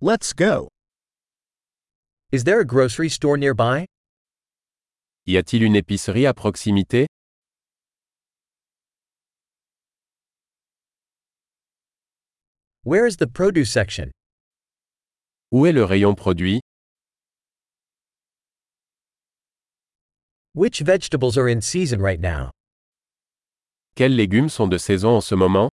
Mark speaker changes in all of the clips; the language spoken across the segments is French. Speaker 1: Let's go.
Speaker 2: Is there a grocery store nearby?
Speaker 3: Y a-t-il une épicerie à proximité
Speaker 2: Where is the produce section?
Speaker 3: Où est le rayon produit
Speaker 2: Which vegetables are in season right now?
Speaker 3: Quels légumes sont de saison en ce moment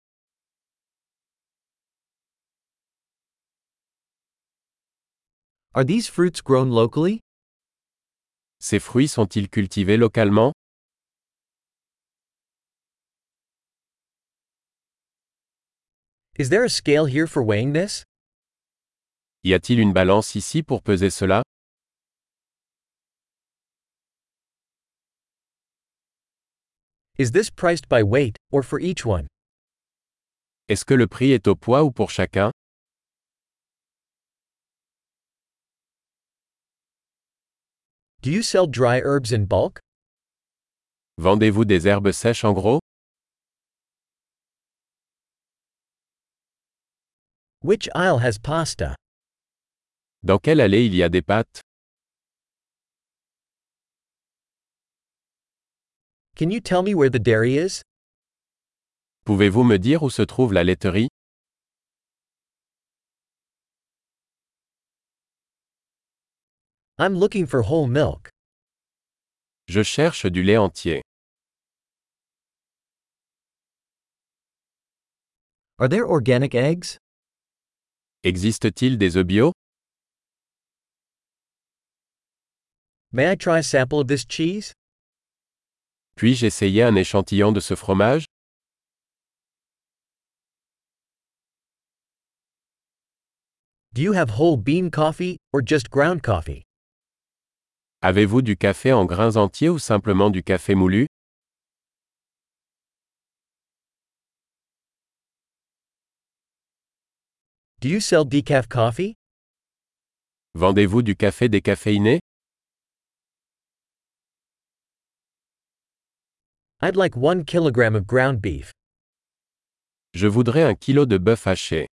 Speaker 2: Are these fruits grown locally?
Speaker 3: Ces fruits sont-ils cultivés localement
Speaker 2: Is there a scale here for weighing this?
Speaker 3: Y a-t-il une balance ici pour peser cela
Speaker 2: Is this priced by weight, or for each one?
Speaker 3: Est-ce que le prix est au poids ou pour chacun
Speaker 2: Do you sell dry herbs in bulk?
Speaker 3: Vendez-vous des herbes sèches en gros
Speaker 2: Which aisle has pasta?
Speaker 3: Dans quelle allée il y a des pâtes
Speaker 2: Can you tell me where the dairy is?
Speaker 3: Pouvez-vous me dire où se trouve la laiterie
Speaker 2: I'm looking for whole milk.
Speaker 3: Je cherche du lait entier.
Speaker 2: Are there organic eggs?
Speaker 3: Existe-t-il des œufs bio
Speaker 2: May I try a sample of this cheese?
Speaker 3: Puis-je essayer un échantillon de ce fromage
Speaker 2: Do you have whole bean coffee, or just ground coffee?
Speaker 3: Avez-vous du café en grains entiers ou simplement du café moulu
Speaker 2: Do you sell decaf coffee?
Speaker 3: Vendez-vous du café décaféiné
Speaker 2: I'd like one kilogram of ground beef.
Speaker 3: Je voudrais un kilo de bœuf haché.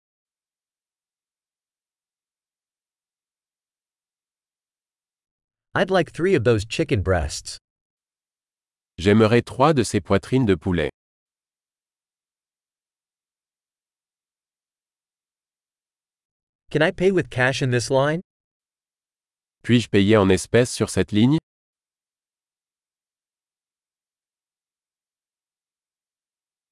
Speaker 2: I'd like three of those chicken breasts.
Speaker 3: J'aimerais trois de ces poitrines de poulet.
Speaker 2: Can I pay with cash in this line?
Speaker 3: Puis-je payer en espèces sur cette ligne